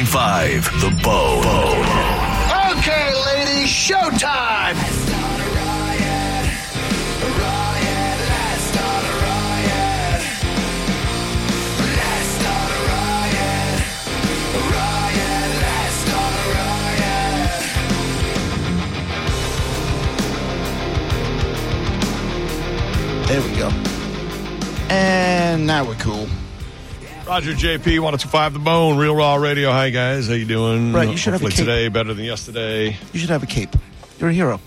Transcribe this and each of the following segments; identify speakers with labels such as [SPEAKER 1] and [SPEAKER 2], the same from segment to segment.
[SPEAKER 1] 101.5 The Bone.
[SPEAKER 2] Okay, ladies, showtime! There we go. And now we're cool.
[SPEAKER 3] Roger JP, 1025 The Bone, Real Raw Radio. Hi, guys. How you doing?
[SPEAKER 2] Brett, you should have a
[SPEAKER 3] Hopefully
[SPEAKER 2] cape.
[SPEAKER 3] today better than yesterday.
[SPEAKER 2] You should have a cape. You're a hero.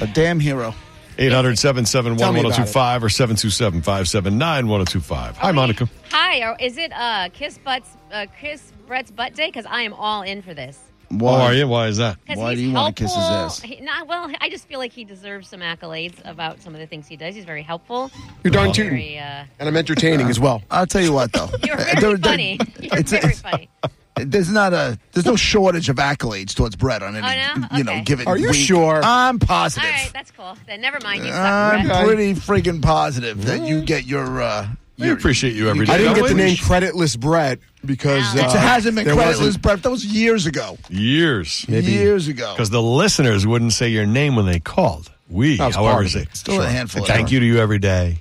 [SPEAKER 2] a damn hero.
[SPEAKER 3] 800 771
[SPEAKER 2] Tell me about
[SPEAKER 3] 1025 or 727 579 1025. Hi, Monica.
[SPEAKER 4] Hi, are, is it uh, Kiss Butt's uh, Kiss Brett's butt day? Because I am all in for this.
[SPEAKER 2] Why?
[SPEAKER 3] How Oh, are you? Why is that?
[SPEAKER 4] Because
[SPEAKER 2] Why
[SPEAKER 4] he's
[SPEAKER 2] do you wanna
[SPEAKER 4] helpful.
[SPEAKER 2] kiss his ass?
[SPEAKER 4] He, nah, well, I just feel like he deserves some accolades about some of the things he does. He's very helpful.
[SPEAKER 5] You're darn tootin'.
[SPEAKER 4] Very, uh,
[SPEAKER 5] And I'm entertaining as well.
[SPEAKER 2] I'll tell you what, though.
[SPEAKER 4] you're
[SPEAKER 2] Uh,
[SPEAKER 4] very
[SPEAKER 2] there- there-
[SPEAKER 4] funny. You're
[SPEAKER 2] it's-
[SPEAKER 4] very
[SPEAKER 2] it's-
[SPEAKER 4] funny.
[SPEAKER 2] There's not a there's no shortage of accolades towards Brett on any
[SPEAKER 4] Oh, no?
[SPEAKER 2] you know
[SPEAKER 4] Okay.
[SPEAKER 2] given.
[SPEAKER 5] Are you
[SPEAKER 2] week.
[SPEAKER 5] sure?
[SPEAKER 2] I'm
[SPEAKER 4] All
[SPEAKER 2] positive.
[SPEAKER 4] right, that's cool. Then never mind. You suck,
[SPEAKER 2] I'm
[SPEAKER 4] Brett.
[SPEAKER 2] pretty freaking positive that you get your. Uh,
[SPEAKER 3] We
[SPEAKER 2] your
[SPEAKER 3] appreciate you every day.
[SPEAKER 5] I didn't
[SPEAKER 3] don't
[SPEAKER 5] get the
[SPEAKER 3] we?
[SPEAKER 5] name Creditless Brett because uh,
[SPEAKER 4] Wow.
[SPEAKER 2] it hasn't been
[SPEAKER 5] there
[SPEAKER 2] creditless,
[SPEAKER 5] wasn't-
[SPEAKER 2] Brett. That was years ago.
[SPEAKER 3] Years.
[SPEAKER 2] Years ago.
[SPEAKER 3] Because the listeners wouldn't say your name when they called. We,
[SPEAKER 5] That was
[SPEAKER 3] however,
[SPEAKER 5] part of
[SPEAKER 3] say,
[SPEAKER 5] it.
[SPEAKER 2] Still a handful.
[SPEAKER 3] thank
[SPEAKER 2] of
[SPEAKER 3] you to you every day.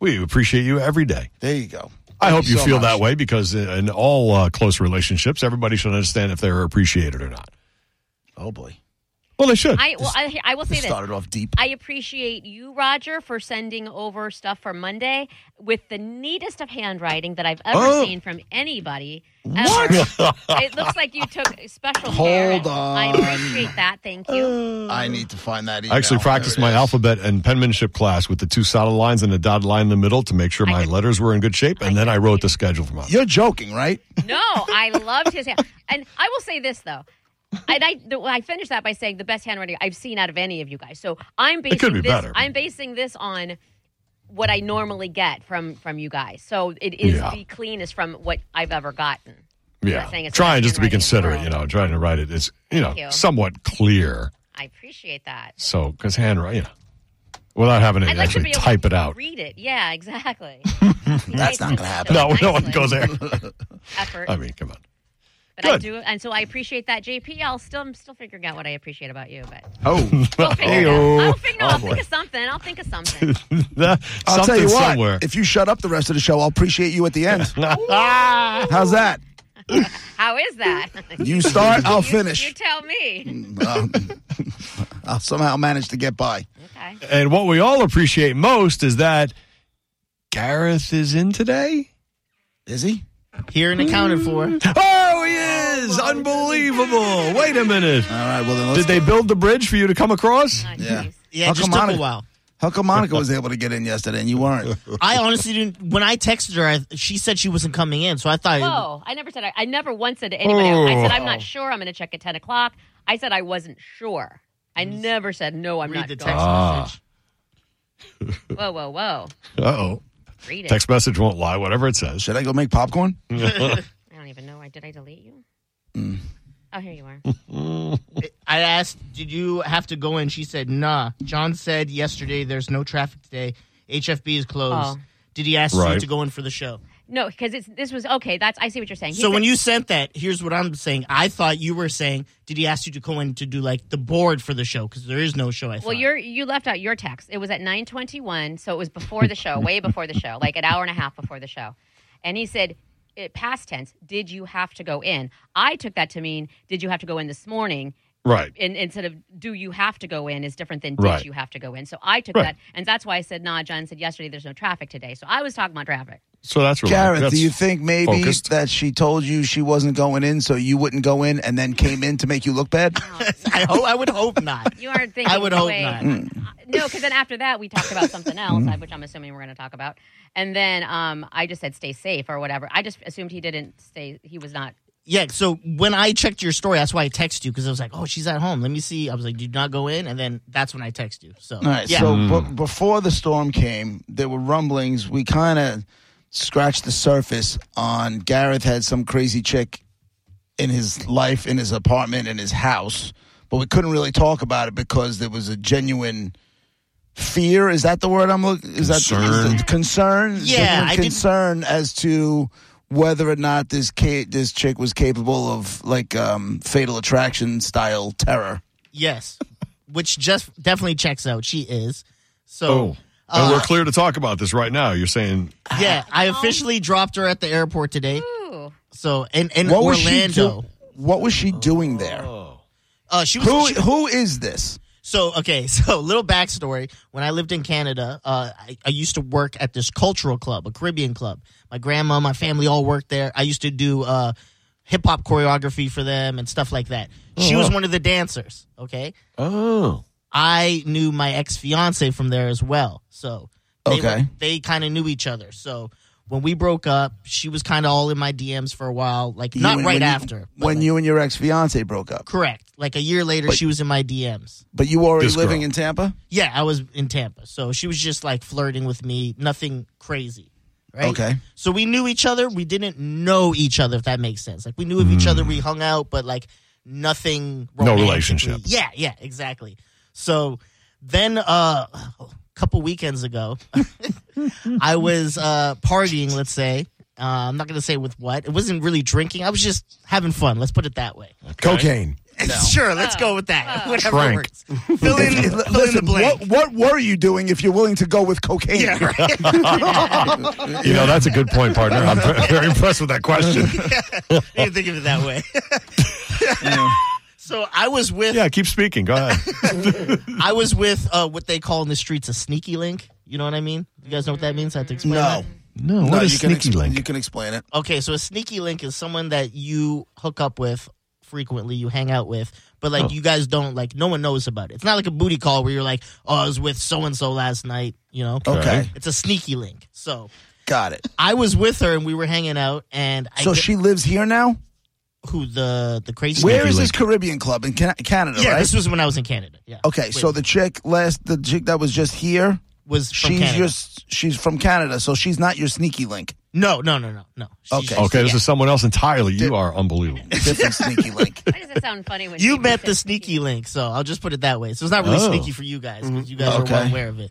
[SPEAKER 3] We appreciate you every day.
[SPEAKER 2] There you go.
[SPEAKER 3] I
[SPEAKER 2] Thank
[SPEAKER 3] hope you
[SPEAKER 2] so
[SPEAKER 3] feel
[SPEAKER 2] much.
[SPEAKER 3] that way because in all uh, close relationships, everybody should understand if they're appreciated or not.
[SPEAKER 2] Oh boy,
[SPEAKER 3] Well, they should.
[SPEAKER 4] I, well, I, I will say
[SPEAKER 2] this
[SPEAKER 4] this.
[SPEAKER 2] started off deep.
[SPEAKER 4] I appreciate you, Roger, for sending over stuff for Monday with the neatest of handwriting that I've ever
[SPEAKER 3] Oh.
[SPEAKER 4] seen from anybody. What? it looks like you took special care.
[SPEAKER 2] Hold
[SPEAKER 4] and I
[SPEAKER 2] on.
[SPEAKER 4] appreciate that. Thank you.
[SPEAKER 2] I need to find that. Email.
[SPEAKER 3] I actually
[SPEAKER 2] There
[SPEAKER 3] practiced
[SPEAKER 2] it
[SPEAKER 3] my
[SPEAKER 2] is.
[SPEAKER 3] alphabet and penmanship class with the two solid lines and a dotted line in the middle to make sure my letters were in good shape, and then I wrote the schedule for my.
[SPEAKER 2] You're joking, right?
[SPEAKER 4] No, I loved his hand. And I will say this though. And I, the, I finished that by saying the best handwriting I've seen out of any of you guys. So I'm basing
[SPEAKER 3] could be
[SPEAKER 4] this.
[SPEAKER 3] better.
[SPEAKER 4] I'm basing this on what I normally get from from you guys. So it is
[SPEAKER 3] Yeah.
[SPEAKER 4] the cleanest from what I've ever gotten.
[SPEAKER 3] Yeah,
[SPEAKER 4] saying it's
[SPEAKER 3] trying
[SPEAKER 4] not
[SPEAKER 3] just to be
[SPEAKER 4] handwriting in the
[SPEAKER 3] considerate, you know, trying to write it. It's you know
[SPEAKER 4] Thank you.
[SPEAKER 3] somewhat clear,
[SPEAKER 4] I appreciate that.
[SPEAKER 3] so because handwriting, you know, without having to
[SPEAKER 4] I'd like to
[SPEAKER 3] actually
[SPEAKER 4] be able
[SPEAKER 3] type
[SPEAKER 4] to
[SPEAKER 3] it out.
[SPEAKER 4] Read it. Yeah, exactly.
[SPEAKER 2] That's not gonna happen.
[SPEAKER 3] No, no one goes there.
[SPEAKER 4] Effort,
[SPEAKER 3] I mean, come on.
[SPEAKER 4] but I
[SPEAKER 3] good.
[SPEAKER 4] do, and so I appreciate that, JP. I'll still, I'm still figuring out what I appreciate about you, but
[SPEAKER 2] Oh,
[SPEAKER 4] we'll figure it
[SPEAKER 3] Hey-o.
[SPEAKER 4] out. I'll figure.
[SPEAKER 3] Oh,
[SPEAKER 4] I'll
[SPEAKER 3] boy.
[SPEAKER 4] think of something. I'll think of something.
[SPEAKER 2] I'll
[SPEAKER 3] Something
[SPEAKER 2] tell you what.
[SPEAKER 3] somewhere.
[SPEAKER 2] If you shut up the rest of the show, I'll appreciate you at the end.
[SPEAKER 3] Ah!
[SPEAKER 2] How's that?
[SPEAKER 4] How is that?
[SPEAKER 2] You start, I'll finish.
[SPEAKER 4] You, you tell
[SPEAKER 3] Mm.
[SPEAKER 4] me.
[SPEAKER 2] I'll somehow manage to get by.
[SPEAKER 4] Okay.
[SPEAKER 3] And what we all appreciate most is that Gareth is in today.
[SPEAKER 2] Is he?
[SPEAKER 6] Here and accounted for.
[SPEAKER 4] Mm.
[SPEAKER 3] Oh, he is! Unbelievable! Wait a minute.
[SPEAKER 2] All right. Well, then let's
[SPEAKER 3] Did they build the bridge for you to come across?
[SPEAKER 4] Oh,
[SPEAKER 2] Yeah.
[SPEAKER 4] jeez.
[SPEAKER 6] Yeah,
[SPEAKER 2] How
[SPEAKER 6] it just
[SPEAKER 2] come
[SPEAKER 6] took
[SPEAKER 2] on it-
[SPEAKER 6] a while.
[SPEAKER 2] How come Monica was able to get in yesterday and you weren't?
[SPEAKER 6] I honestly didn't. When I texted her, I, she said she wasn't coming in, so I thought.
[SPEAKER 4] Whoa! I never said. I, I never once said to anybody. I said
[SPEAKER 3] Oh.
[SPEAKER 4] I'm not sure. I'm going to check at ten o'clock. I said I wasn't sure. I never said no. I'm
[SPEAKER 6] Read
[SPEAKER 4] not
[SPEAKER 6] the
[SPEAKER 4] going.
[SPEAKER 6] text message.
[SPEAKER 4] Whoa, whoa, whoa!
[SPEAKER 3] Uh oh.
[SPEAKER 4] Read it.
[SPEAKER 3] Text message won't lie, whatever it says.
[SPEAKER 2] Should I go make popcorn?
[SPEAKER 3] Mm,
[SPEAKER 4] I don't even know. I Did I delete you?
[SPEAKER 6] Mm.
[SPEAKER 4] Oh, here you are.
[SPEAKER 6] I asked, "Did you have to go in?" She said, "Nah." John said yesterday, "There's no traffic today. HFB is closed."
[SPEAKER 4] Oh.
[SPEAKER 6] Did he ask
[SPEAKER 3] Right.
[SPEAKER 6] you to go in for the show?
[SPEAKER 4] No, because it's this was okay. That's I see what you're saying. He
[SPEAKER 6] so
[SPEAKER 4] said-
[SPEAKER 6] when you sent that, here's what I'm saying. I thought you were saying, "Did he ask you to go in to do like the board for the show?" Because there is no show. I thought.
[SPEAKER 4] well, you're you left out your text. It was at 9:21, so it was before the show, way before the show, like an hour and a half before the show. And he said, it, past tense, did you have to go in? I took that to mean, did you have to go in this morning?
[SPEAKER 3] Right.
[SPEAKER 4] And instead of do you have to go in is different than did
[SPEAKER 3] Right.
[SPEAKER 4] you have to go in. So I took
[SPEAKER 3] Right.
[SPEAKER 4] that, and that's why I said, nah. John said yesterday there's no traffic today, so I was talking about traffic.
[SPEAKER 3] So that's really
[SPEAKER 2] Gareth,
[SPEAKER 3] that's
[SPEAKER 2] do you think maybe
[SPEAKER 3] focused.
[SPEAKER 2] that she told you she wasn't going in so you wouldn't go in and then came in to make you look bad?
[SPEAKER 6] I, ho- I would hope not.
[SPEAKER 4] You aren't thinking.
[SPEAKER 6] I would
[SPEAKER 4] the
[SPEAKER 6] hope
[SPEAKER 4] way-
[SPEAKER 6] not.
[SPEAKER 4] No, because then after that we talked about something else, I- which I'm assuming we're going to talk about. And then um, I just said stay safe or whatever. I just assumed he didn't stay. He was not.
[SPEAKER 6] Yeah, so when I checked your story, that's why I texted you because I was like, "Oh, she's at home. Let me see." I was like, "Do not go in," and then that's when I text you. So,
[SPEAKER 2] All right.
[SPEAKER 6] yeah, Mm.
[SPEAKER 2] So b- before the storm came, there were rumblings. We kind of scratched the surface on Gareth had some crazy chick in his life, in his apartment, in his house, but we couldn't really talk about it because there was a genuine fear. Is that the word I'm looking? Is that the- is
[SPEAKER 3] Concern.
[SPEAKER 2] it concern?
[SPEAKER 6] Yeah,
[SPEAKER 2] Genuine
[SPEAKER 6] I didn't-
[SPEAKER 2] concern as to whether or not this ca- this chick was capable of like um, fatal attraction style terror.
[SPEAKER 6] Yes, which just definitely checks out. She is. So
[SPEAKER 3] Oh.
[SPEAKER 2] Uh,
[SPEAKER 3] and we're clear to talk about this right now. You're saying
[SPEAKER 2] Oh.
[SPEAKER 6] yeah, I officially dropped her at the airport today.
[SPEAKER 4] Ooh.
[SPEAKER 6] So in in
[SPEAKER 2] What was she
[SPEAKER 6] Orlando,
[SPEAKER 2] do- What was she doing there?
[SPEAKER 6] uh, she was
[SPEAKER 2] Who
[SPEAKER 6] she-
[SPEAKER 2] who is this?
[SPEAKER 6] So okay, so little backstory. When I lived in Canada, uh, I, I used to work at this cultural club, a Caribbean club. My grandma, my family all worked there. I used to do uh, hip hop choreography for them and stuff like that.
[SPEAKER 2] Oh,
[SPEAKER 6] She was one of the dancers. Okay,
[SPEAKER 3] Oh.
[SPEAKER 6] I knew my ex fiance from there as well. So they
[SPEAKER 2] Okay.
[SPEAKER 6] were- they kind of knew each other. So when we broke up, she was kind of all in my DMs for a while, like not
[SPEAKER 2] You-
[SPEAKER 6] right
[SPEAKER 2] when you-
[SPEAKER 6] after but,
[SPEAKER 2] when
[SPEAKER 6] like,
[SPEAKER 2] you and your ex fiance broke up,
[SPEAKER 6] correct. Like a year later, she was in my DMs.
[SPEAKER 2] but you were already
[SPEAKER 3] This
[SPEAKER 2] living
[SPEAKER 3] girl.
[SPEAKER 2] in Tampa.
[SPEAKER 6] Yeah, I was in Tampa. So she was just like flirting with me, nothing crazy. Right?
[SPEAKER 2] Okay.
[SPEAKER 6] So we knew each other. We didn't know each other, if that makes sense. Like we knew of each other,
[SPEAKER 2] Mm.
[SPEAKER 6] we hung out, but like nothing romantically-
[SPEAKER 3] relationship.
[SPEAKER 6] Yeah, yeah, exactly. So then uh a couple weekends ago, I was uh partying, let's say. Uh, I'm not going to say with what. It wasn't really drinking. I was just having fun. Let's put it that way.
[SPEAKER 5] Cocaine.
[SPEAKER 6] Sure, let's go with that. Whatever
[SPEAKER 3] Trank.
[SPEAKER 6] works. Fill in, fill in the
[SPEAKER 2] Listen,
[SPEAKER 6] blank.
[SPEAKER 2] what what were you doing if you're willing to go with cocaine?
[SPEAKER 3] You know, that's a good point, partner. I'm very impressed with that question.
[SPEAKER 6] I didn't think of it that way. so I was with
[SPEAKER 3] Yeah, keep speaking. Go ahead.
[SPEAKER 6] I was with uh, what they call in the streets a sneaky link. You know what I mean? You guys know what that means? I have to explain.
[SPEAKER 2] No.
[SPEAKER 3] No,
[SPEAKER 2] no,
[SPEAKER 3] what is
[SPEAKER 2] you can
[SPEAKER 3] sneaky
[SPEAKER 2] exp-
[SPEAKER 3] link?
[SPEAKER 2] You can explain it.
[SPEAKER 6] that? Okay, so a sneaky link is someone that you hook up with frequently, you hang out with, but
[SPEAKER 3] Oh.
[SPEAKER 6] like you guys don't like no one knows about it. It's not like a booty call where you're like, oh, I was with so and so last night. You know?
[SPEAKER 2] Okay,
[SPEAKER 6] It's a sneaky link. So
[SPEAKER 2] got it.
[SPEAKER 6] I was with her and we were hanging out, and I
[SPEAKER 2] So
[SPEAKER 6] get-
[SPEAKER 2] she lives here now.
[SPEAKER 6] who the the crazy
[SPEAKER 2] Where
[SPEAKER 3] Sneaky
[SPEAKER 2] is this
[SPEAKER 3] link.
[SPEAKER 2] Caribbean club in Can- Canada?
[SPEAKER 6] yeah,
[SPEAKER 2] right?
[SPEAKER 6] this was when I was in Canada. Yeah.
[SPEAKER 2] Okay,
[SPEAKER 6] Wait,
[SPEAKER 2] so the chick last the chick that was just here,
[SPEAKER 6] was from
[SPEAKER 2] she's
[SPEAKER 6] Canada.
[SPEAKER 2] just she's from Canada, so she's not your sneaky link.
[SPEAKER 6] No, no, no, no, no. She's
[SPEAKER 2] Okay.
[SPEAKER 6] just-
[SPEAKER 3] Okay, this
[SPEAKER 6] yeah.
[SPEAKER 3] is someone else entirely. You are unbelievable.
[SPEAKER 2] Different sneaky link.
[SPEAKER 4] Why does it sound funny when
[SPEAKER 6] you
[SPEAKER 4] people
[SPEAKER 6] met
[SPEAKER 4] say
[SPEAKER 6] the sneaky link, so I'll just put it that way. So it's not really
[SPEAKER 3] Oh.
[SPEAKER 6] sneaky for you guys because you guys
[SPEAKER 2] Okay.
[SPEAKER 6] are well aware of it.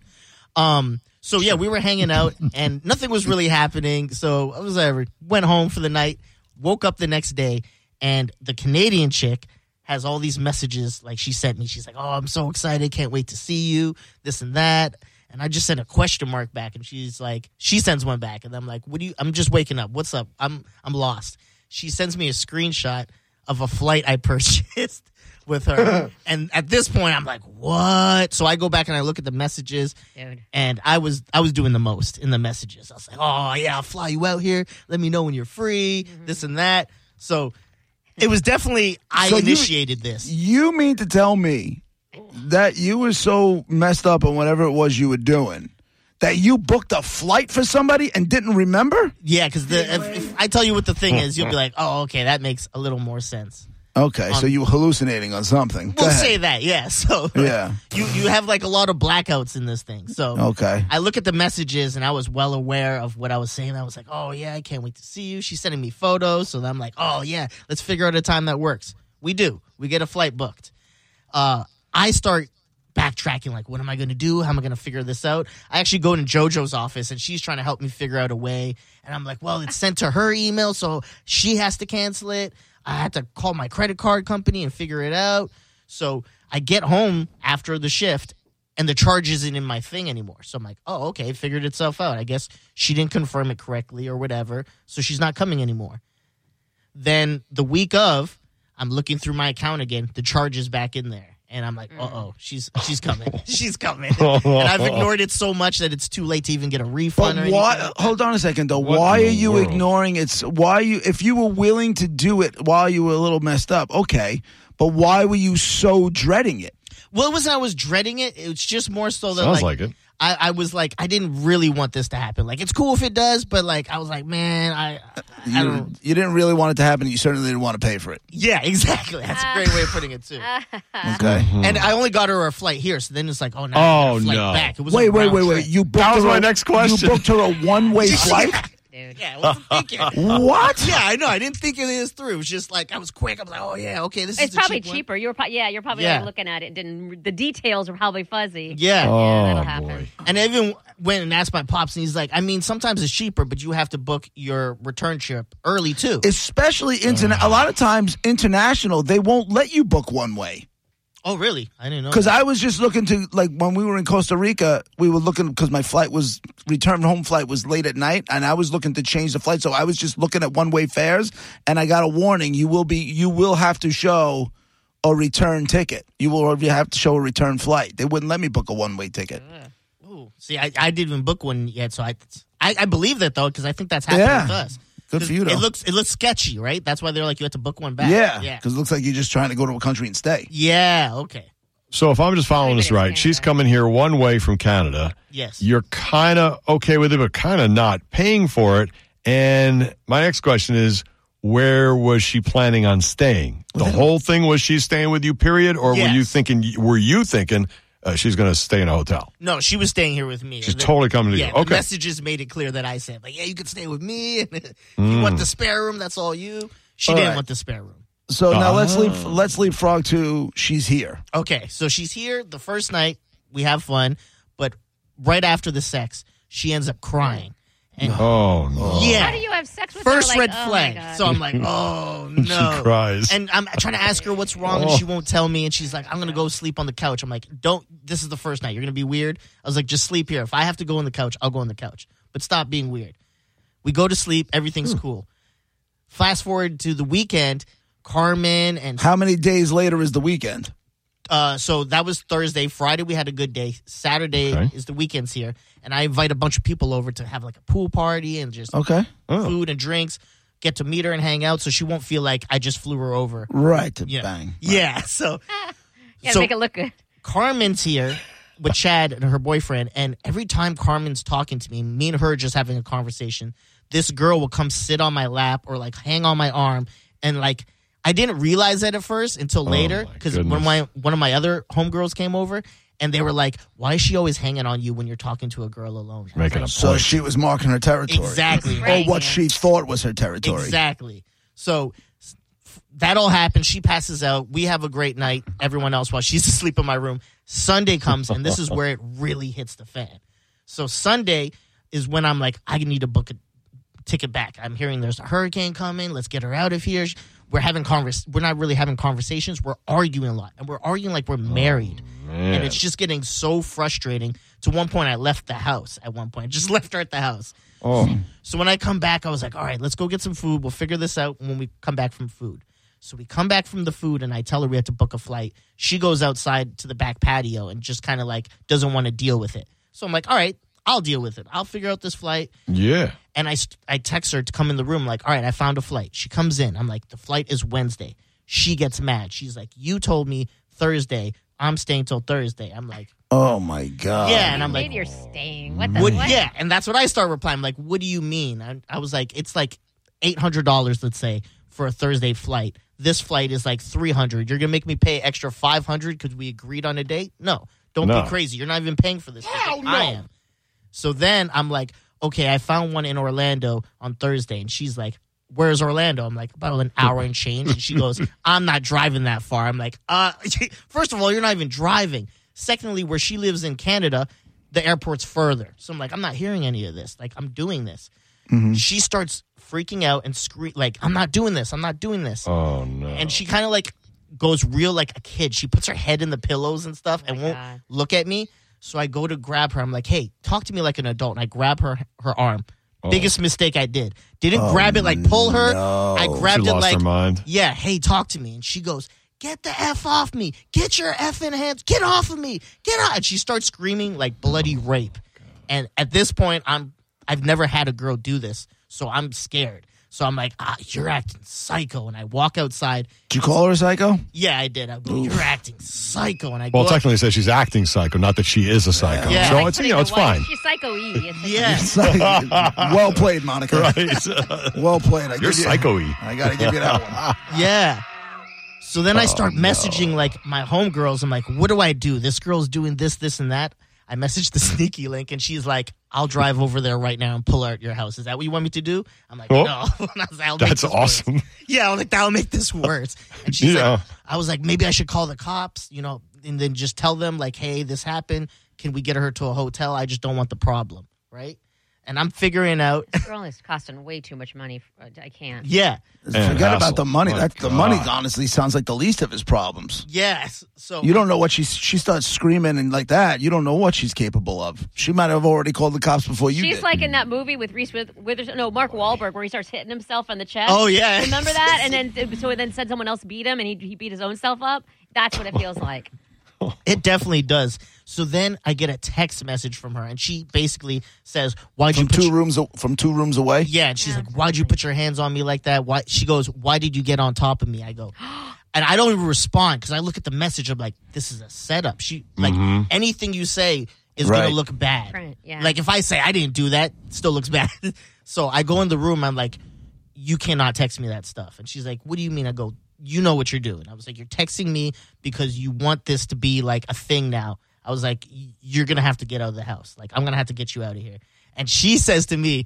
[SPEAKER 6] Um. So yeah, we were hanging out and nothing was really happening. So I was like, went home for the night, woke up the next day, and the Canadian chick has all these messages like she sent me. She's like, "Oh, I'm so excited, can't wait to see you, this and that." And I just sent a question mark back, and she's like, she sends one back, and I'm like, "What do you? I'm just waking up. What's up? I'm I'm lost." She sends me a screenshot of a flight I purchased with her, and at this point, I'm like, "What?" So I go back and I look at the messages,
[SPEAKER 4] Dude.
[SPEAKER 6] and I was I was doing the most in the messages. I was like, "Oh yeah, I'll fly you out here. Let me know when you're free. This and that." So it was definitely I
[SPEAKER 2] So you-
[SPEAKER 6] initiated this.
[SPEAKER 2] You mean to tell me that you were so messed up on whatever it was you were doing that you booked a flight for somebody and didn't remember?
[SPEAKER 6] Yeah, because the if, if I tell you what the thing is, you'll be like, "Oh, okay, that makes a little more sense."
[SPEAKER 2] Okay, so you were hallucinating on something. Go
[SPEAKER 6] We'll
[SPEAKER 2] ahead.
[SPEAKER 6] say that, yeah. So
[SPEAKER 2] Yeah.
[SPEAKER 6] you you have like a lot of blackouts in this thing. So
[SPEAKER 2] Okay.
[SPEAKER 6] I look at the messages and I was well aware of what I was saying. I was like, "Oh yeah, I can't wait to see you." She's sending me photos, so I'm like, "Oh yeah, let's figure out a time that works." We do. We get a flight booked. Uh, I start backtracking, like, "What am I going to do? How am I going to figure this out?" I actually go into JoJo's office and she's trying to help me figure out a way. And I'm like, "Well, it's sent to her email, so she has to cancel it. I had to call my credit card company and figure it out." So I get home after the shift and the charge isn't in my thing anymore. So I'm like, oh, okay, it figured itself out. I guess she didn't confirm it correctly or whatever. So she's not coming anymore. Then the week of, I'm looking through my account again. The charge is back in there. And I'm
[SPEAKER 2] Mm.
[SPEAKER 6] like, uh oh, she's she's coming. she's coming. and I've ignored it so much that it's too late to even get a refund
[SPEAKER 2] But
[SPEAKER 6] or anything.
[SPEAKER 2] why? Hold on a second, though.
[SPEAKER 3] What
[SPEAKER 2] why
[SPEAKER 3] in
[SPEAKER 2] are
[SPEAKER 3] the
[SPEAKER 2] you
[SPEAKER 3] world?
[SPEAKER 2] ignoring it's Why you? If you were willing to do it while you were a little messed up, okay. But why were you so dreading it?
[SPEAKER 6] Well, it wasn't I was dreading it. It was just more so that
[SPEAKER 3] Sounds
[SPEAKER 6] like,
[SPEAKER 3] like it.
[SPEAKER 6] I, I was like, I didn't really want this to happen. Like, it's cool if it does, but like, I was like, man, I, I, I
[SPEAKER 2] You,
[SPEAKER 6] don't.
[SPEAKER 2] you didn't really want it to happen. You certainly didn't want to pay for it.
[SPEAKER 6] Yeah, exactly. That's a great way of putting it too.
[SPEAKER 2] Hmm. Okay.
[SPEAKER 6] And I only got her a flight here, so then it's like, oh no,
[SPEAKER 3] Oh,
[SPEAKER 6] flight
[SPEAKER 3] no.
[SPEAKER 6] back. It was a
[SPEAKER 2] Wait, wait,
[SPEAKER 6] round
[SPEAKER 2] wait, wait.
[SPEAKER 6] trip.
[SPEAKER 2] You booked
[SPEAKER 3] was
[SPEAKER 2] her
[SPEAKER 3] my
[SPEAKER 2] a-
[SPEAKER 3] next question.
[SPEAKER 2] You booked her a one-way flight.
[SPEAKER 4] dude.
[SPEAKER 6] Yeah, I wasn't thinking.
[SPEAKER 2] What?
[SPEAKER 6] yeah, I know. I didn't think of this through. It was just like I was quick. I was like, oh yeah, okay, this
[SPEAKER 4] It's
[SPEAKER 6] is a
[SPEAKER 4] probably
[SPEAKER 6] cheap one.
[SPEAKER 4] cheaper. You were, pro- yeah, you're probably
[SPEAKER 6] Yeah.
[SPEAKER 4] like looking at it. Didn't the details are probably fuzzy.
[SPEAKER 6] Yeah.
[SPEAKER 4] Yeah, that'll
[SPEAKER 3] Oh
[SPEAKER 4] happen.
[SPEAKER 3] boy.
[SPEAKER 6] And I even went and asked my pops, and he's like, I mean, sometimes it's cheaper, but you have to book your return trip early too.
[SPEAKER 2] Especially interna- a lot of times international, they won't let you book one way.
[SPEAKER 6] oh, really? I didn't know.
[SPEAKER 2] Because
[SPEAKER 6] that.
[SPEAKER 2] I was just looking to like when we were in Costa Rica, we were looking because my flight was return home flight was late at night, and I was looking to change the flight. So I was just looking at one way fares, and I got a warning: you will be you will have to show a return ticket. You will you have to show a return flight. They wouldn't let me book a one way ticket.
[SPEAKER 6] Ooh. see, I, I didn't even book one yet, so I I, I believe that though because I think that's happened
[SPEAKER 2] Yeah.
[SPEAKER 6] with us.
[SPEAKER 2] Good for you, though.
[SPEAKER 6] It looks it looks sketchy, right? That's why they're like you have to book one back.
[SPEAKER 2] yeah,
[SPEAKER 6] yeah,
[SPEAKER 2] because it looks like you're just trying to go to a country and stay.
[SPEAKER 6] yeah. Okay,
[SPEAKER 3] So if I'm just following this right, she's coming here one way from Canada.
[SPEAKER 6] yes.
[SPEAKER 3] You're kind of okay with it, but kind of not paying for it. And my next question is, where was she planning on staying? The whole thing was she staying with you, period, or were you
[SPEAKER 6] Yes.
[SPEAKER 3] thinking? Were you thinking uh, she's going to stay in a hotel?
[SPEAKER 6] no, she was staying here with me.
[SPEAKER 3] She's
[SPEAKER 6] The-
[SPEAKER 3] totally coming to
[SPEAKER 6] yeah,
[SPEAKER 3] you.
[SPEAKER 6] the
[SPEAKER 3] Okay,
[SPEAKER 6] messages made it clear that I said like, yeah, you could stay with me. if you want the
[SPEAKER 3] Mm.
[SPEAKER 6] spare room, that's all you. She
[SPEAKER 2] All
[SPEAKER 6] didn't
[SPEAKER 2] right.
[SPEAKER 6] want the spare room.
[SPEAKER 2] So now let's leap let's leapfrog to she's here.
[SPEAKER 6] Okay, so she's here the first night. We have fun, but right after the sex, she ends up crying. And
[SPEAKER 3] Oh no.
[SPEAKER 6] yeah,
[SPEAKER 4] How do you have sex with her?
[SPEAKER 6] first
[SPEAKER 4] Like,
[SPEAKER 6] red
[SPEAKER 4] oh my
[SPEAKER 6] flag.
[SPEAKER 4] God.
[SPEAKER 6] So I'm like, oh no.
[SPEAKER 3] She cries. Oh.
[SPEAKER 6] And I'm trying to ask her what's wrong, and she won't tell me. And she's like, I'm gonna go sleep on the couch. I'm like, don't. This is the first night. You're gonna be weird. I was like, just sleep here. If I have to go on the couch, I'll go on the couch. But stop being weird. We go to sleep.
[SPEAKER 3] Hmm.
[SPEAKER 6] Everything's cool. Fast forward to the weekend. Carmen and
[SPEAKER 2] How many days later is the weekend?
[SPEAKER 6] uh, so that was Thursday. Friday we had a good day. Saturday
[SPEAKER 3] Okay.
[SPEAKER 6] is the weekends here, and I invite a bunch of people over to have like a pool party and just
[SPEAKER 2] Okay,
[SPEAKER 3] Oh.
[SPEAKER 6] food and drinks. Get to meet her and hang out, so she won't feel like I just flew her over.
[SPEAKER 2] right,
[SPEAKER 6] Yeah,
[SPEAKER 2] bang.
[SPEAKER 6] yeah. So,
[SPEAKER 4] yeah,
[SPEAKER 6] so
[SPEAKER 4] make it look good.
[SPEAKER 6] Carmen's here with Chad and her boyfriend, and every time Carmen's talking to me, me and her just having a conversation, this girl will come sit on my lap or like hang on my arm, and like I didn't realize that at first until later
[SPEAKER 3] Oh my
[SPEAKER 6] because one of
[SPEAKER 3] goodness.
[SPEAKER 6] my one of my other homegirls came over. And they were like, "Why is she always hanging on you when you're talking to a girl alone?" I was
[SPEAKER 3] Making
[SPEAKER 6] like,
[SPEAKER 3] a
[SPEAKER 2] So
[SPEAKER 3] point.
[SPEAKER 2] she was marking her territory.
[SPEAKER 6] exactly,
[SPEAKER 2] Or
[SPEAKER 4] Right,
[SPEAKER 2] what
[SPEAKER 4] yeah.
[SPEAKER 2] she thought was her territory.
[SPEAKER 6] Exactly. So s- f- that all happens. She passes out. We have a great night. Everyone else, while she's asleep in my room, Sunday comes, and this is where it really hits the fan. So Sunday is when I'm like, I need to book a ticket back. I'm hearing there's a hurricane coming. Let's get her out of here. We're having convers. We're not really having conversations. We're arguing a lot, and we're arguing like we're married. And it's just getting so frustrating. To one point, I left the house. At one point, I just left her at the house.
[SPEAKER 3] Oh,
[SPEAKER 6] So when I come back, I was like, all right, let's go get some food. We'll figure this out when we come back from food. So we come back from the food, and I tell her we have to book a flight. She goes outside to the back patio and just kind of like doesn't want to deal with it. So I'm like, all right, I'll deal with it. I'll figure out this flight.
[SPEAKER 3] yeah.
[SPEAKER 6] And I, st- I text her to come in the room, like, all right, I found a flight. She comes in. I'm like, the flight is Wednesday. She gets mad. She's like, you told me Thursday. I'm staying till Thursday. I'm like,
[SPEAKER 2] Oh my god.
[SPEAKER 6] yeah. And I'm like,
[SPEAKER 4] Maybe you're staying. What the?
[SPEAKER 6] would
[SPEAKER 4] what?
[SPEAKER 6] yeah, and that's what I start replying. I'm like, what do you mean? I, I was like, it's like eight hundred dollars, let's say, for a Thursday flight. This flight is like three hundred. You're gonna make me pay extra five hundred because we agreed on a date? No, don't
[SPEAKER 3] No.
[SPEAKER 6] be crazy. You're not even paying for this. ticket. I am. So then I'm like, okay, I found one in Orlando on Thursday, and she's like. Where's Orlando? I'm like about an hour and change, and she goes, "I'm not driving that far." I'm like, "Uh, first of all, you're not even driving. Secondly, where she lives in Canada, the airport's further. So I'm like, I'm not hearing any of this. Like, I'm doing this. She starts freaking out and scream, like, I'm not doing this. I'm not doing this.
[SPEAKER 3] Oh no.
[SPEAKER 6] And she kind of like goes real like a kid. She puts her head in the pillows and stuff and won't
[SPEAKER 4] God.
[SPEAKER 6] look at me. So I go to grab her. I'm like, hey, talk to me like an adult. And I grab her her arm.
[SPEAKER 3] Oh.
[SPEAKER 6] Biggest mistake I did. Didn't grab it like pull her. I grabbed
[SPEAKER 3] She
[SPEAKER 6] it
[SPEAKER 3] lost
[SPEAKER 6] like
[SPEAKER 3] her mind.
[SPEAKER 6] yeah, hey, talk to me. And she goes, Get the F off me. Get your effing hands. Get off of me. Get out. And she starts screaming like bloody rape. And at this point, I'm I've never had a girl do this. So I'm scared. So I'm like, ah, you're acting psycho. And I walk outside.
[SPEAKER 2] Did you call her a psycho?
[SPEAKER 6] Yeah, I did. I go, You're acting psycho. And I
[SPEAKER 3] Well,
[SPEAKER 6] go
[SPEAKER 3] technically, it says she's acting psycho, not that she is a psycho.
[SPEAKER 6] Yeah.
[SPEAKER 3] So
[SPEAKER 6] Like,
[SPEAKER 3] it's you know it's fine.
[SPEAKER 4] She's psycho E.
[SPEAKER 6] Yeah.
[SPEAKER 2] well played, Monica.
[SPEAKER 3] Right.
[SPEAKER 2] Well played. I
[SPEAKER 3] You're
[SPEAKER 2] give you-
[SPEAKER 3] psycho-y.
[SPEAKER 2] I gotta give you that one.
[SPEAKER 6] Yeah.
[SPEAKER 3] Oh,
[SPEAKER 6] So then I start messaging like my homegirls. I'm like, what do I do? This girl's doing this, this, and that. I messaged the sneaky link, and she's like, "I'll drive over there right now and pull her at your house. Is that what you want me to do?" I'm like,
[SPEAKER 3] Oh.
[SPEAKER 6] "No." And I was like, "I'll make
[SPEAKER 3] That's
[SPEAKER 6] this
[SPEAKER 3] awesome.
[SPEAKER 6] worse." Yeah, I'm like, "That'll make this worse." And she's
[SPEAKER 3] Yeah.
[SPEAKER 6] like, "I was like, maybe I should call the cops, you know, and then just tell them like, hey, this happened. Can we get her to a hotel? I just don't want the problem, right?" And I'm figuring out,
[SPEAKER 4] This girl is costing way too much money. for- I can't.
[SPEAKER 6] yeah,
[SPEAKER 3] And
[SPEAKER 2] Forget
[SPEAKER 3] hassle.
[SPEAKER 2] about the money.
[SPEAKER 3] My
[SPEAKER 2] That the money
[SPEAKER 3] God.
[SPEAKER 2] honestly sounds like the least of his problems.
[SPEAKER 6] yes. So
[SPEAKER 2] You don't know what she's. She starts screaming and like that. You don't know what she's capable of. She might have already called the cops before you.
[SPEAKER 4] She's
[SPEAKER 2] did.
[SPEAKER 4] like in that movie with Reese with Witherspoon. No, Mark Wahlberg, where he starts hitting himself on the chest.
[SPEAKER 6] Oh, yeah.
[SPEAKER 4] remember that? And then so then said someone else beat him, and he he beat his own self up. That's what it feels like.
[SPEAKER 6] It definitely does. So then I get a text message from her, and she basically says, "Why'd
[SPEAKER 2] from
[SPEAKER 6] you put
[SPEAKER 2] two
[SPEAKER 6] your-
[SPEAKER 2] rooms a- from two rooms away.
[SPEAKER 6] yeah?" And she's like, "Why'd you put your hands on me like that?" Why? She goes, "Why did you get on top of me?" I go, and I don't even respond because I look at the message. I'm like, "This is a setup." She like anything you say is
[SPEAKER 2] Mm-hmm. Right.
[SPEAKER 6] gonna look bad.
[SPEAKER 4] Right, yeah.
[SPEAKER 6] Like if I say I didn't do that, it still looks bad. so I go in the room. I'm like, you cannot text me that stuff. And she's like, what do you mean? I go, you know what you're doing. I was like, you're texting me because you want this to be like a thing now. I was like, "Y- you're going to have to get out of the house. Like, I'm going to have to get you out of here. And she says to me,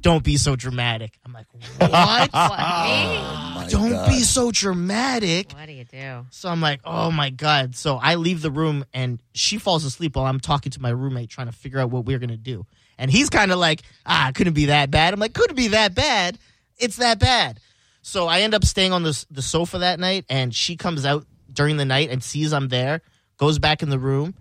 [SPEAKER 6] don't be so dramatic. I'm like,
[SPEAKER 2] Ah.
[SPEAKER 6] what?
[SPEAKER 4] What,
[SPEAKER 2] Oh
[SPEAKER 4] me?
[SPEAKER 6] don't be so dramatic.
[SPEAKER 4] What do you do?
[SPEAKER 6] So I'm like, oh my God. So I leave the room and she falls asleep while I'm talking to my roommate trying to figure out what we're going to do. And he's kind of like, ah, couldn't be that bad. I'm like, couldn't be that bad. It's that bad. So I end up staying on the, s- the sofa that night and she comes out during the night and sees I'm there, goes back in the room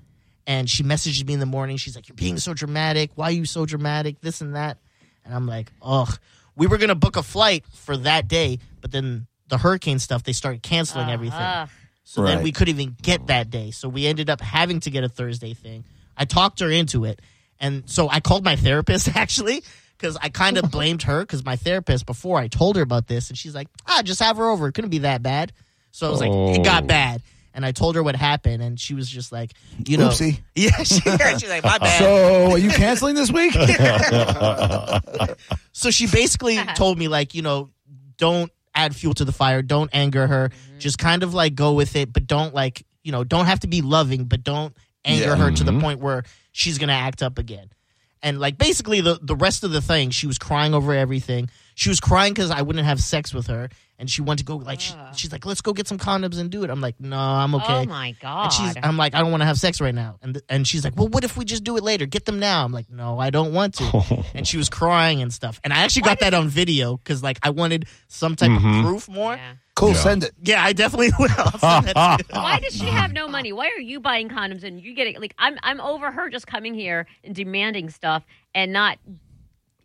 [SPEAKER 6] and she messages me in the morning. She's like, you're being so dramatic. Why are you so dramatic? This and that. And I'm like, ugh. We were going to book a flight for that day, but then the hurricane stuff, they started canceling everything.
[SPEAKER 4] Ugh.
[SPEAKER 6] So then
[SPEAKER 2] Right. Oh.
[SPEAKER 6] we couldn't even get that day. So we ended up having to get a Thursday thing. I talked her into it. And so I called my therapist actually because I kind of blamed her because my therapist before I told her about this and she's like, ah, just have her over. It couldn't be that bad. So I was like, it
[SPEAKER 2] Oh.
[SPEAKER 6] got bad. And I told her what happened and she was just like, you know.
[SPEAKER 2] Oopsie.
[SPEAKER 6] Yeah, she, she's like, my bad.
[SPEAKER 2] So are you canceling this week?
[SPEAKER 6] So she basically
[SPEAKER 4] Uh-huh.
[SPEAKER 6] told me, like, you know, don't add fuel to the fire. Don't anger her.
[SPEAKER 4] Mm-hmm.
[SPEAKER 6] Just kind of like go with it, but don't like, you know, don't have to be loving, but don't anger
[SPEAKER 2] Yeah.
[SPEAKER 6] her to the point where she's going to act up again. And like basically the, the rest of the thing, she was crying over everything. She was crying because I wouldn't have sex with her. And she wanted to go, like, she, she's like, let's go get some condoms and do it. I'm like, no, I'm okay.
[SPEAKER 4] Oh my god.
[SPEAKER 6] And she's, I'm like, I don't want to have sex right now. And th- and she's like, Well, what if we just do it later? Get them now. I'm like, No, I don't want to. and she was crying and stuff. And I actually got that on video because like I wanted some type
[SPEAKER 5] Mm-hmm.
[SPEAKER 6] of proof more. Yeah.
[SPEAKER 4] Yeah.
[SPEAKER 2] Cool. Send it.
[SPEAKER 6] I definitely will. I'll send that to you.
[SPEAKER 2] Ah.
[SPEAKER 4] Why does she have no money? Why are you buying condoms and you getting like I'm I'm over her just coming here and demanding stuff and not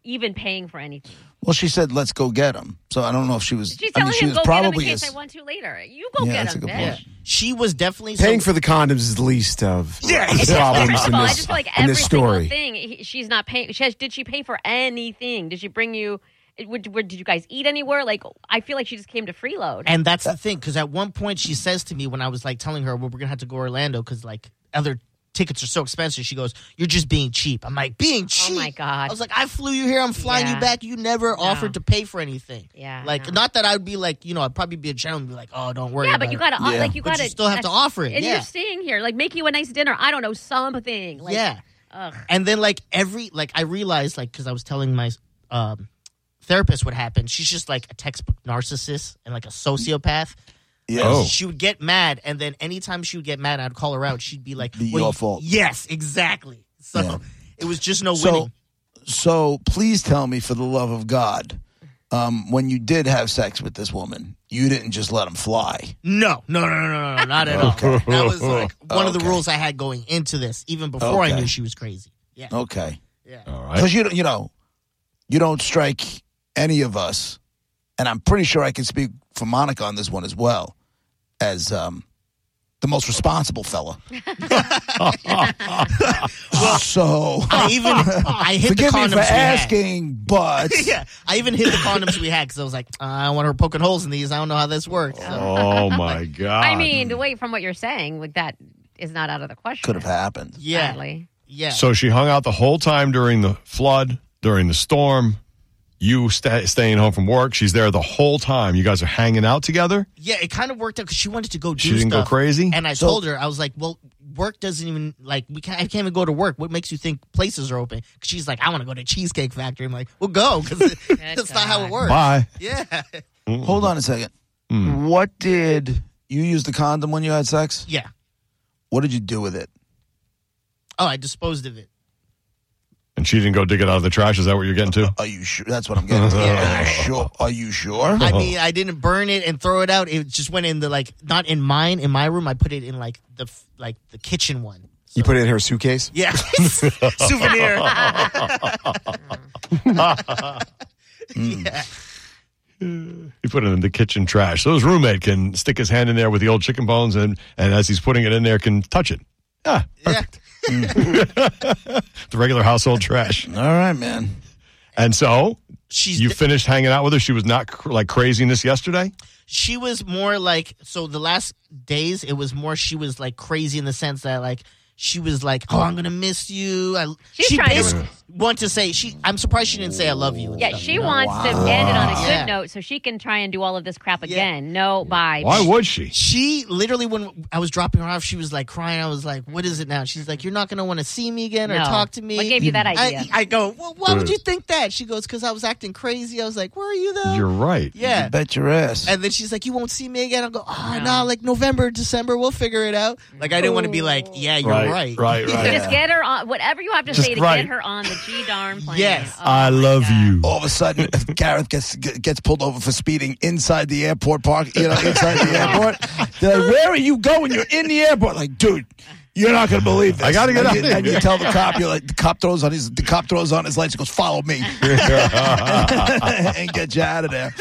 [SPEAKER 4] even paying for anything.
[SPEAKER 2] Well, she said, "Let's go get him." So I don't know if she was.
[SPEAKER 4] She's
[SPEAKER 2] I
[SPEAKER 4] telling
[SPEAKER 2] mean, she
[SPEAKER 4] him
[SPEAKER 2] was
[SPEAKER 4] go
[SPEAKER 2] probably
[SPEAKER 4] get him in case
[SPEAKER 2] a-
[SPEAKER 4] I want to later. You go
[SPEAKER 2] Yeah,
[SPEAKER 4] get
[SPEAKER 2] that's
[SPEAKER 4] him,
[SPEAKER 2] a good
[SPEAKER 4] bitch.
[SPEAKER 2] point.
[SPEAKER 6] She was definitely
[SPEAKER 5] Paying
[SPEAKER 6] so,
[SPEAKER 5] for the condoms is the least of
[SPEAKER 6] Yeah.
[SPEAKER 5] the
[SPEAKER 4] First
[SPEAKER 5] problems
[SPEAKER 4] of
[SPEAKER 5] in
[SPEAKER 4] all, I
[SPEAKER 5] this,
[SPEAKER 4] just feel like
[SPEAKER 5] in
[SPEAKER 4] every
[SPEAKER 5] this story.
[SPEAKER 4] single thing he, she's not paying. She has, did she pay for anything? Did she bring you? Would, would, did you guys eat anywhere? Like I feel like she just came to freeload.
[SPEAKER 6] And that's the thing, because at one point she says to me when I was like telling her, well, we're gonna have to go Orlando because like other tickets are so expensive. She goes, "You're just being cheap." I'm like, "Being cheap."
[SPEAKER 4] Oh my God.
[SPEAKER 6] I was like, "I flew you here. I'm flying
[SPEAKER 4] Yeah.
[SPEAKER 6] you back. You never offered to pay for anything."
[SPEAKER 4] Yeah,
[SPEAKER 6] Like,
[SPEAKER 4] no.
[SPEAKER 6] not that I'd be like, you know, I'd probably be a gentleman, and be like, "Oh, don't worry."
[SPEAKER 4] yeah,
[SPEAKER 6] about
[SPEAKER 4] but you
[SPEAKER 6] it."
[SPEAKER 4] gotta uh,
[SPEAKER 2] Yeah.
[SPEAKER 4] like you
[SPEAKER 6] But you
[SPEAKER 4] gotta
[SPEAKER 6] still have to offer it,
[SPEAKER 4] And
[SPEAKER 6] yeah.
[SPEAKER 4] you're staying here, like make you a nice dinner. I don't know something. Like,
[SPEAKER 6] yeah.
[SPEAKER 4] ugh.
[SPEAKER 6] And then like every like I realized like because I was telling my um, therapist what happened. She's just like a textbook narcissist and like a sociopath.
[SPEAKER 2] Yes.
[SPEAKER 3] Oh.
[SPEAKER 6] She would get mad, and then anytime she would get mad, I'd call her out. She'd be like,
[SPEAKER 2] Be
[SPEAKER 6] "Well,
[SPEAKER 2] your
[SPEAKER 6] you-
[SPEAKER 2] fault."
[SPEAKER 6] Yes, exactly. So
[SPEAKER 2] Yeah.
[SPEAKER 6] it was just no
[SPEAKER 2] So-
[SPEAKER 6] winning.
[SPEAKER 2] So please tell me, for the love of God, um, when you did have sex with this woman, you didn't just let him fly.
[SPEAKER 6] No, no, no, no, no, no, not at all. That was like one of the
[SPEAKER 2] Okay.
[SPEAKER 6] rules I had going into this, even before I
[SPEAKER 2] Okay. Oh.
[SPEAKER 6] knew she was crazy. Yeah,
[SPEAKER 2] Okay.
[SPEAKER 6] yeah.
[SPEAKER 3] All right.
[SPEAKER 2] Because you don't- you know, you don't strike any of us, and I'm pretty sure I can speak for Monica on this one as well, as um, the most responsible fella. so
[SPEAKER 6] I even I hit the
[SPEAKER 2] forgive me
[SPEAKER 6] condoms
[SPEAKER 2] for
[SPEAKER 6] we had.
[SPEAKER 2] asking, but
[SPEAKER 6] Yeah, I even hit the condoms we had because I was like, uh, I don't want her poking holes in these. I don't know how this works. So-
[SPEAKER 3] Oh my God.
[SPEAKER 4] I mean, the way from what you're saying, like that is not out of the question.
[SPEAKER 2] could have happened.
[SPEAKER 6] yeah,
[SPEAKER 4] Sadly.
[SPEAKER 6] yeah.
[SPEAKER 3] So she hung out the whole time during the flood, during the storm. You sta staying home from work. She's there the whole time. You guys are hanging out together.
[SPEAKER 6] Yeah, it kind of worked out because she wanted to go do
[SPEAKER 3] She didn't go
[SPEAKER 6] stuff.
[SPEAKER 3] crazy?
[SPEAKER 6] And I
[SPEAKER 2] So-
[SPEAKER 6] told her, I was like, well, work doesn't even like we can't. I can't even go to work. What makes you think places are open? 'Cause she's like, I want to go to Cheesecake Factory. I'm like, well, go because that's not how it
[SPEAKER 4] God.
[SPEAKER 6] works.
[SPEAKER 3] Bye.
[SPEAKER 6] Yeah.
[SPEAKER 2] Hold on a second. What did you use the condom when you had sex?
[SPEAKER 6] Yeah.
[SPEAKER 2] What did you do with it?
[SPEAKER 6] Oh, I disposed of it.
[SPEAKER 3] And she didn't go dig it out of the trash. Is that what you're getting to?
[SPEAKER 2] Are you sure? That's what I'm getting. to. Are you sure? Are you sure?
[SPEAKER 6] I mean, I didn't burn it and throw it out. It just went in the like not in mine in my room. I put it in like the f- like the kitchen one.
[SPEAKER 5] You put it in her suitcase?
[SPEAKER 6] Yeah, souvenir.
[SPEAKER 3] He put it in the kitchen trash. So his roommate can stick his hand in there with the old chicken bones, and, and as he's putting it in there, can touch it. Ah,
[SPEAKER 6] yeah.
[SPEAKER 3] the regular household trash.
[SPEAKER 2] All right, man.
[SPEAKER 3] And so
[SPEAKER 6] She's
[SPEAKER 3] you finished hanging out with her. She was not cr- like craziness yesterday.
[SPEAKER 6] she was more like so the last days it was more she was like crazy in the sense that like she was like oh i'm gonna miss you I,
[SPEAKER 4] She's
[SPEAKER 6] she
[SPEAKER 4] trying to-
[SPEAKER 6] basically want to say she i'm surprised she didn't say i love you and
[SPEAKER 4] Yeah,
[SPEAKER 6] stuff.
[SPEAKER 4] she wants to end it on a good
[SPEAKER 6] Yeah.
[SPEAKER 4] note so she can try and do all of this crap again. No, bye.
[SPEAKER 3] Why would she?
[SPEAKER 6] she literally when i was dropping her off she was like crying i was like what is it now she's like you're not gonna want to see me again or
[SPEAKER 4] No.
[SPEAKER 6] talk to me
[SPEAKER 4] What gave you that idea?
[SPEAKER 6] i, I go well, why would you think that she goes because i was acting crazy i was like were you though
[SPEAKER 3] You're right.
[SPEAKER 6] yeah
[SPEAKER 2] Bet your ass.
[SPEAKER 6] And then she's like, "You won't see me again." I'll go, "Oh no, like November, December, we'll figure it out." Like I didn't want to be
[SPEAKER 4] Oh.
[SPEAKER 6] like, "Yeah, you're right."
[SPEAKER 3] right, right. right.
[SPEAKER 4] Just get her on whatever you have to
[SPEAKER 3] Just
[SPEAKER 4] say to
[SPEAKER 3] right.
[SPEAKER 4] get her on the G darn plane.
[SPEAKER 6] Yes.
[SPEAKER 4] Oh,
[SPEAKER 3] I
[SPEAKER 4] my
[SPEAKER 3] love
[SPEAKER 4] God.
[SPEAKER 3] you.
[SPEAKER 2] All of a sudden, if Gareth gets gets pulled over for speeding inside the airport park, you know, inside the airport. They're like, "Where are you going? You're in the airport." Like, dude, you're not gonna believe this.
[SPEAKER 3] I gotta get
[SPEAKER 2] and
[SPEAKER 3] out
[SPEAKER 2] you,
[SPEAKER 3] of here.
[SPEAKER 2] And you tell the cop, you're like, the cop throws on his the cop throws on his lights. and goes, "Follow me," and get you out of there.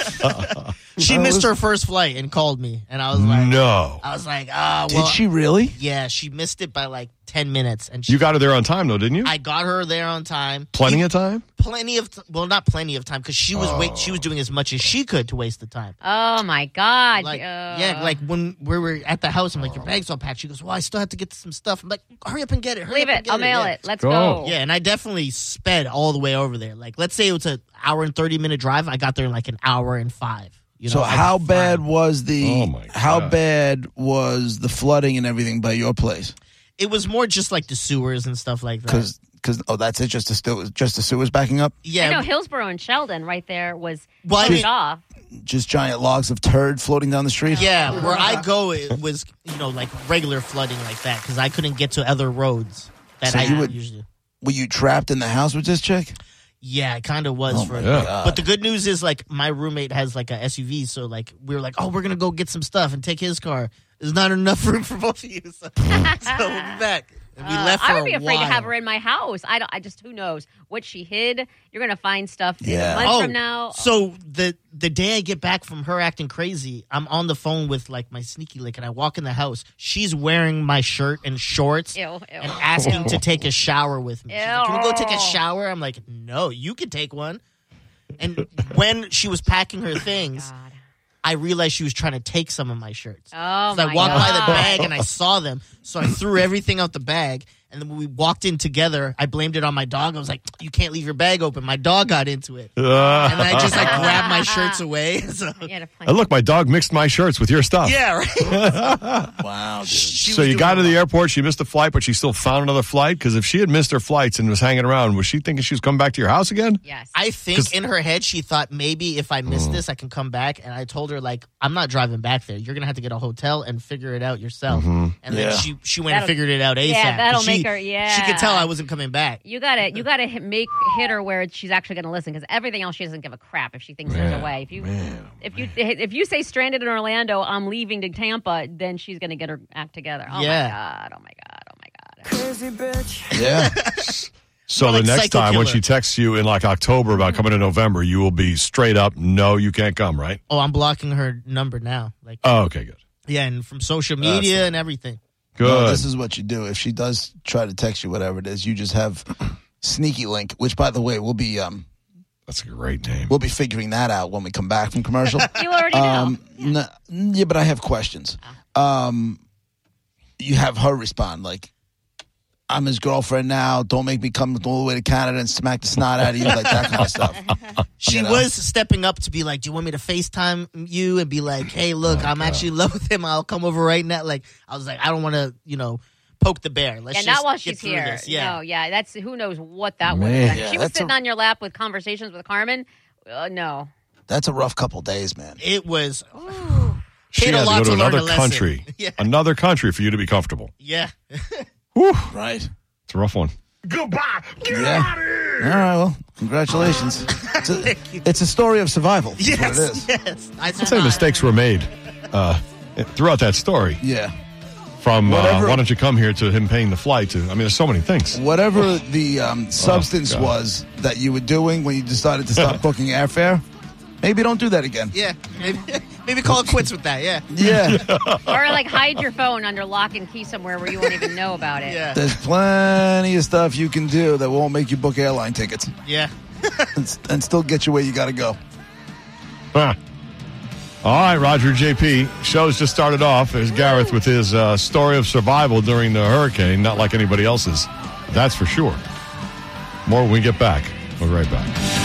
[SPEAKER 6] She missed her first flight and called me, and I was like,
[SPEAKER 3] no.
[SPEAKER 6] I was like, ah,
[SPEAKER 2] Did
[SPEAKER 6] well,
[SPEAKER 2] she really?
[SPEAKER 6] yeah, she missed it by like ten minutes, and she,
[SPEAKER 3] You got her there on time, though, didn't you?
[SPEAKER 6] I got her there on time,
[SPEAKER 3] Plenty of time.
[SPEAKER 6] plenty of, t- well, not plenty of time because she was wait, she was doing as much as she could to waste the time.
[SPEAKER 4] Oh my God.
[SPEAKER 6] Like,
[SPEAKER 4] Uh,
[SPEAKER 6] yeah, like when we were at the house, I'm like, your bag's all packed. She goes, well, I still have to get some stuff. I'm like, hurry up and get it. Hurry
[SPEAKER 4] leave
[SPEAKER 6] up and
[SPEAKER 4] it.
[SPEAKER 6] get
[SPEAKER 4] I'll mail
[SPEAKER 6] Yeah.
[SPEAKER 4] it. Let's
[SPEAKER 3] Go.
[SPEAKER 4] go.
[SPEAKER 6] Yeah, and I definitely sped all the way over there. Like, let's say it was an hour and thirty minute drive. I got there in like an hour and five. You know,
[SPEAKER 2] So
[SPEAKER 6] I was
[SPEAKER 2] how
[SPEAKER 6] fine.
[SPEAKER 2] bad was the
[SPEAKER 3] Oh, my
[SPEAKER 2] how
[SPEAKER 3] God.
[SPEAKER 2] bad was the flooding and everything by your place?
[SPEAKER 6] It was more just like the sewers and stuff like that.
[SPEAKER 2] Because oh that's it just the sewer just the sewers backing up
[SPEAKER 6] yeah,
[SPEAKER 4] I know Hillsborough and Sheldon right there was
[SPEAKER 6] Well, I
[SPEAKER 4] closed
[SPEAKER 6] mean-
[SPEAKER 4] off.
[SPEAKER 2] just giant logs of turd floating down the street.
[SPEAKER 6] Yeah, where I go, it was you know like regular flooding like that because I couldn't get to other roads that
[SPEAKER 2] So
[SPEAKER 6] I
[SPEAKER 2] you would-
[SPEAKER 6] usually.
[SPEAKER 2] Were you trapped in the house with this chick?
[SPEAKER 6] Yeah, it kind of was
[SPEAKER 2] Oh
[SPEAKER 6] for.
[SPEAKER 3] Yeah.
[SPEAKER 6] But the good news is like my roommate has like a SUV, so like we were like, oh, we're gonna go get some stuff and take his car. There's not enough room for both of you, so, so we'll be back. And we
[SPEAKER 4] Uh,
[SPEAKER 6] left.
[SPEAKER 4] I
[SPEAKER 6] for
[SPEAKER 4] would be
[SPEAKER 6] a
[SPEAKER 4] afraid to have
[SPEAKER 6] while.
[SPEAKER 4] her in my house. I don't. I just who knows what she hid. You're gonna find stuff in a
[SPEAKER 2] Yeah.
[SPEAKER 4] month from now.
[SPEAKER 6] Oh, So the the day I get back from her acting crazy, I'm on the phone with like my sneaky link, and I walk in the house. She's wearing my shirt and shorts.
[SPEAKER 4] Ew, ew.
[SPEAKER 6] And asking to take a shower with me. She's like, Can we go take a shower? I'm like, no, you can take one. And when she was packing her things,
[SPEAKER 4] Oh God.
[SPEAKER 6] I realized she was trying to take some of my shirts.
[SPEAKER 4] Oh
[SPEAKER 6] So I
[SPEAKER 4] my
[SPEAKER 6] walked by the
[SPEAKER 4] God.
[SPEAKER 6] bag and I saw them. So I threw everything out the bag. And then when we walked in together, I blamed it on my dog. I was like, "You can't leave your bag open." My dog got into it, and
[SPEAKER 3] Uh,
[SPEAKER 6] then I just like grabbed my shirts away. So
[SPEAKER 4] You had to find-
[SPEAKER 3] and look, my dog mixed my shirts with your stuff.
[SPEAKER 6] yeah, right.
[SPEAKER 2] Wow, dude.
[SPEAKER 6] She
[SPEAKER 3] So
[SPEAKER 6] was
[SPEAKER 3] you
[SPEAKER 6] doing
[SPEAKER 3] got to
[SPEAKER 6] well.
[SPEAKER 3] the airport. She missed a flight, but she still found another flight. Because if she had missed her flights and was hanging around, was she thinking she was coming back to your house again?
[SPEAKER 4] Yes.
[SPEAKER 6] I think in her head she thought maybe if I miss this, I can come back. And I told her like, "I'm not driving back there. You're gonna have to get a hotel and figure it out yourself." And
[SPEAKER 2] Yeah.
[SPEAKER 6] then she she went and
[SPEAKER 4] That'll-
[SPEAKER 6] figured it out asap.
[SPEAKER 4] yeah, that'll
[SPEAKER 6] She-
[SPEAKER 4] make her-
[SPEAKER 6] she could tell
[SPEAKER 4] yeah.
[SPEAKER 6] I wasn't coming back.
[SPEAKER 4] you gotta, you gotta hit, make hit her where she's actually gonna listen because everything else she doesn't give a crap if she thinks there's a way. If you, if you, if you say stranded in Orlando, I'm leaving to Tampa, then she's gonna get her act together. Oh
[SPEAKER 6] Yeah.
[SPEAKER 4] my god! Oh my god! Oh my god!
[SPEAKER 2] Yeah.
[SPEAKER 3] So
[SPEAKER 6] More
[SPEAKER 3] the
[SPEAKER 6] like
[SPEAKER 3] next
[SPEAKER 6] psycho
[SPEAKER 3] time when
[SPEAKER 6] killer.
[SPEAKER 3] she texts you in like October about coming in November, you will be straight up, no, you can't come, right?
[SPEAKER 6] Oh, I'm blocking her number now. Like,
[SPEAKER 3] Oh, okay, good.
[SPEAKER 6] yeah, and from social media and everything.
[SPEAKER 3] Good.
[SPEAKER 2] No, this is what you do. If she does try to text you, whatever it is, you just have sneaky link. Which, by the way, we'll be um
[SPEAKER 3] That's a great name.
[SPEAKER 2] we'll be figuring that out when we come back from commercial.
[SPEAKER 4] You already know.
[SPEAKER 2] um, yeah. yeah, but I have questions. Um, you have her respond like. I'm his girlfriend now. Don't make me come all the way to Canada and smack the snot out of you like that kind of stuff.
[SPEAKER 6] She
[SPEAKER 2] You know?
[SPEAKER 6] was stepping up to be like, "Do you want me to Facetime you
[SPEAKER 2] Oh,
[SPEAKER 6] and be like, hey, look, I'm actually in love with him. I'll come over right now." Like, I was like, I don't want to, you know, poke the bear. Let's
[SPEAKER 4] and
[SPEAKER 6] just
[SPEAKER 4] not while
[SPEAKER 6] get
[SPEAKER 4] she's
[SPEAKER 6] through
[SPEAKER 4] here.
[SPEAKER 6] this. Yeah.
[SPEAKER 4] No, yeah, that's who knows what that was.
[SPEAKER 3] Man.
[SPEAKER 2] Yeah,
[SPEAKER 4] she was
[SPEAKER 2] that's
[SPEAKER 4] sitting
[SPEAKER 2] a-
[SPEAKER 4] on your lap with conversations with Carmen. Uh, no.
[SPEAKER 2] That's a rough couple days, man.
[SPEAKER 6] It was oh,
[SPEAKER 3] She
[SPEAKER 6] Paid a
[SPEAKER 3] had
[SPEAKER 6] lot
[SPEAKER 3] to go to,
[SPEAKER 6] to learn
[SPEAKER 3] another
[SPEAKER 6] a lesson.
[SPEAKER 3] country,
[SPEAKER 6] Yeah.
[SPEAKER 3] another country for you to be comfortable.
[SPEAKER 6] yeah.
[SPEAKER 2] Right.
[SPEAKER 3] It's a rough one.
[SPEAKER 2] Yeah. All right. Well, congratulations. It's a, it's a story of survival. is what it
[SPEAKER 6] Yes.
[SPEAKER 2] is.
[SPEAKER 6] Yes. I
[SPEAKER 3] I'd say mistakes were made uh, throughout that story.
[SPEAKER 2] Yeah.
[SPEAKER 3] From uh,
[SPEAKER 2] Whatever-
[SPEAKER 3] why don't you come here to him paying the flight to. I mean, there's so many things.
[SPEAKER 2] Whatever the um, substance
[SPEAKER 3] God.
[SPEAKER 2] was that you were doing when you decided to stop booking airfare, maybe don't do that again.
[SPEAKER 6] Yeah. Maybe, maybe call it quits with that. Yeah.
[SPEAKER 2] Yeah.
[SPEAKER 4] Or like hide your phone under lock and key somewhere where you won't even know about it.
[SPEAKER 6] Yeah.
[SPEAKER 2] There's plenty of stuff you can do that won't make you book airline tickets
[SPEAKER 6] Yeah.
[SPEAKER 2] and, and still get you where you got to go.
[SPEAKER 3] Huh. Ah. All right, Roger JP. Show's just started off. There's Gareth with his uh, story of survival during the hurricane, not like anybody else's. That's for sure. More when we get back. We'll be right back.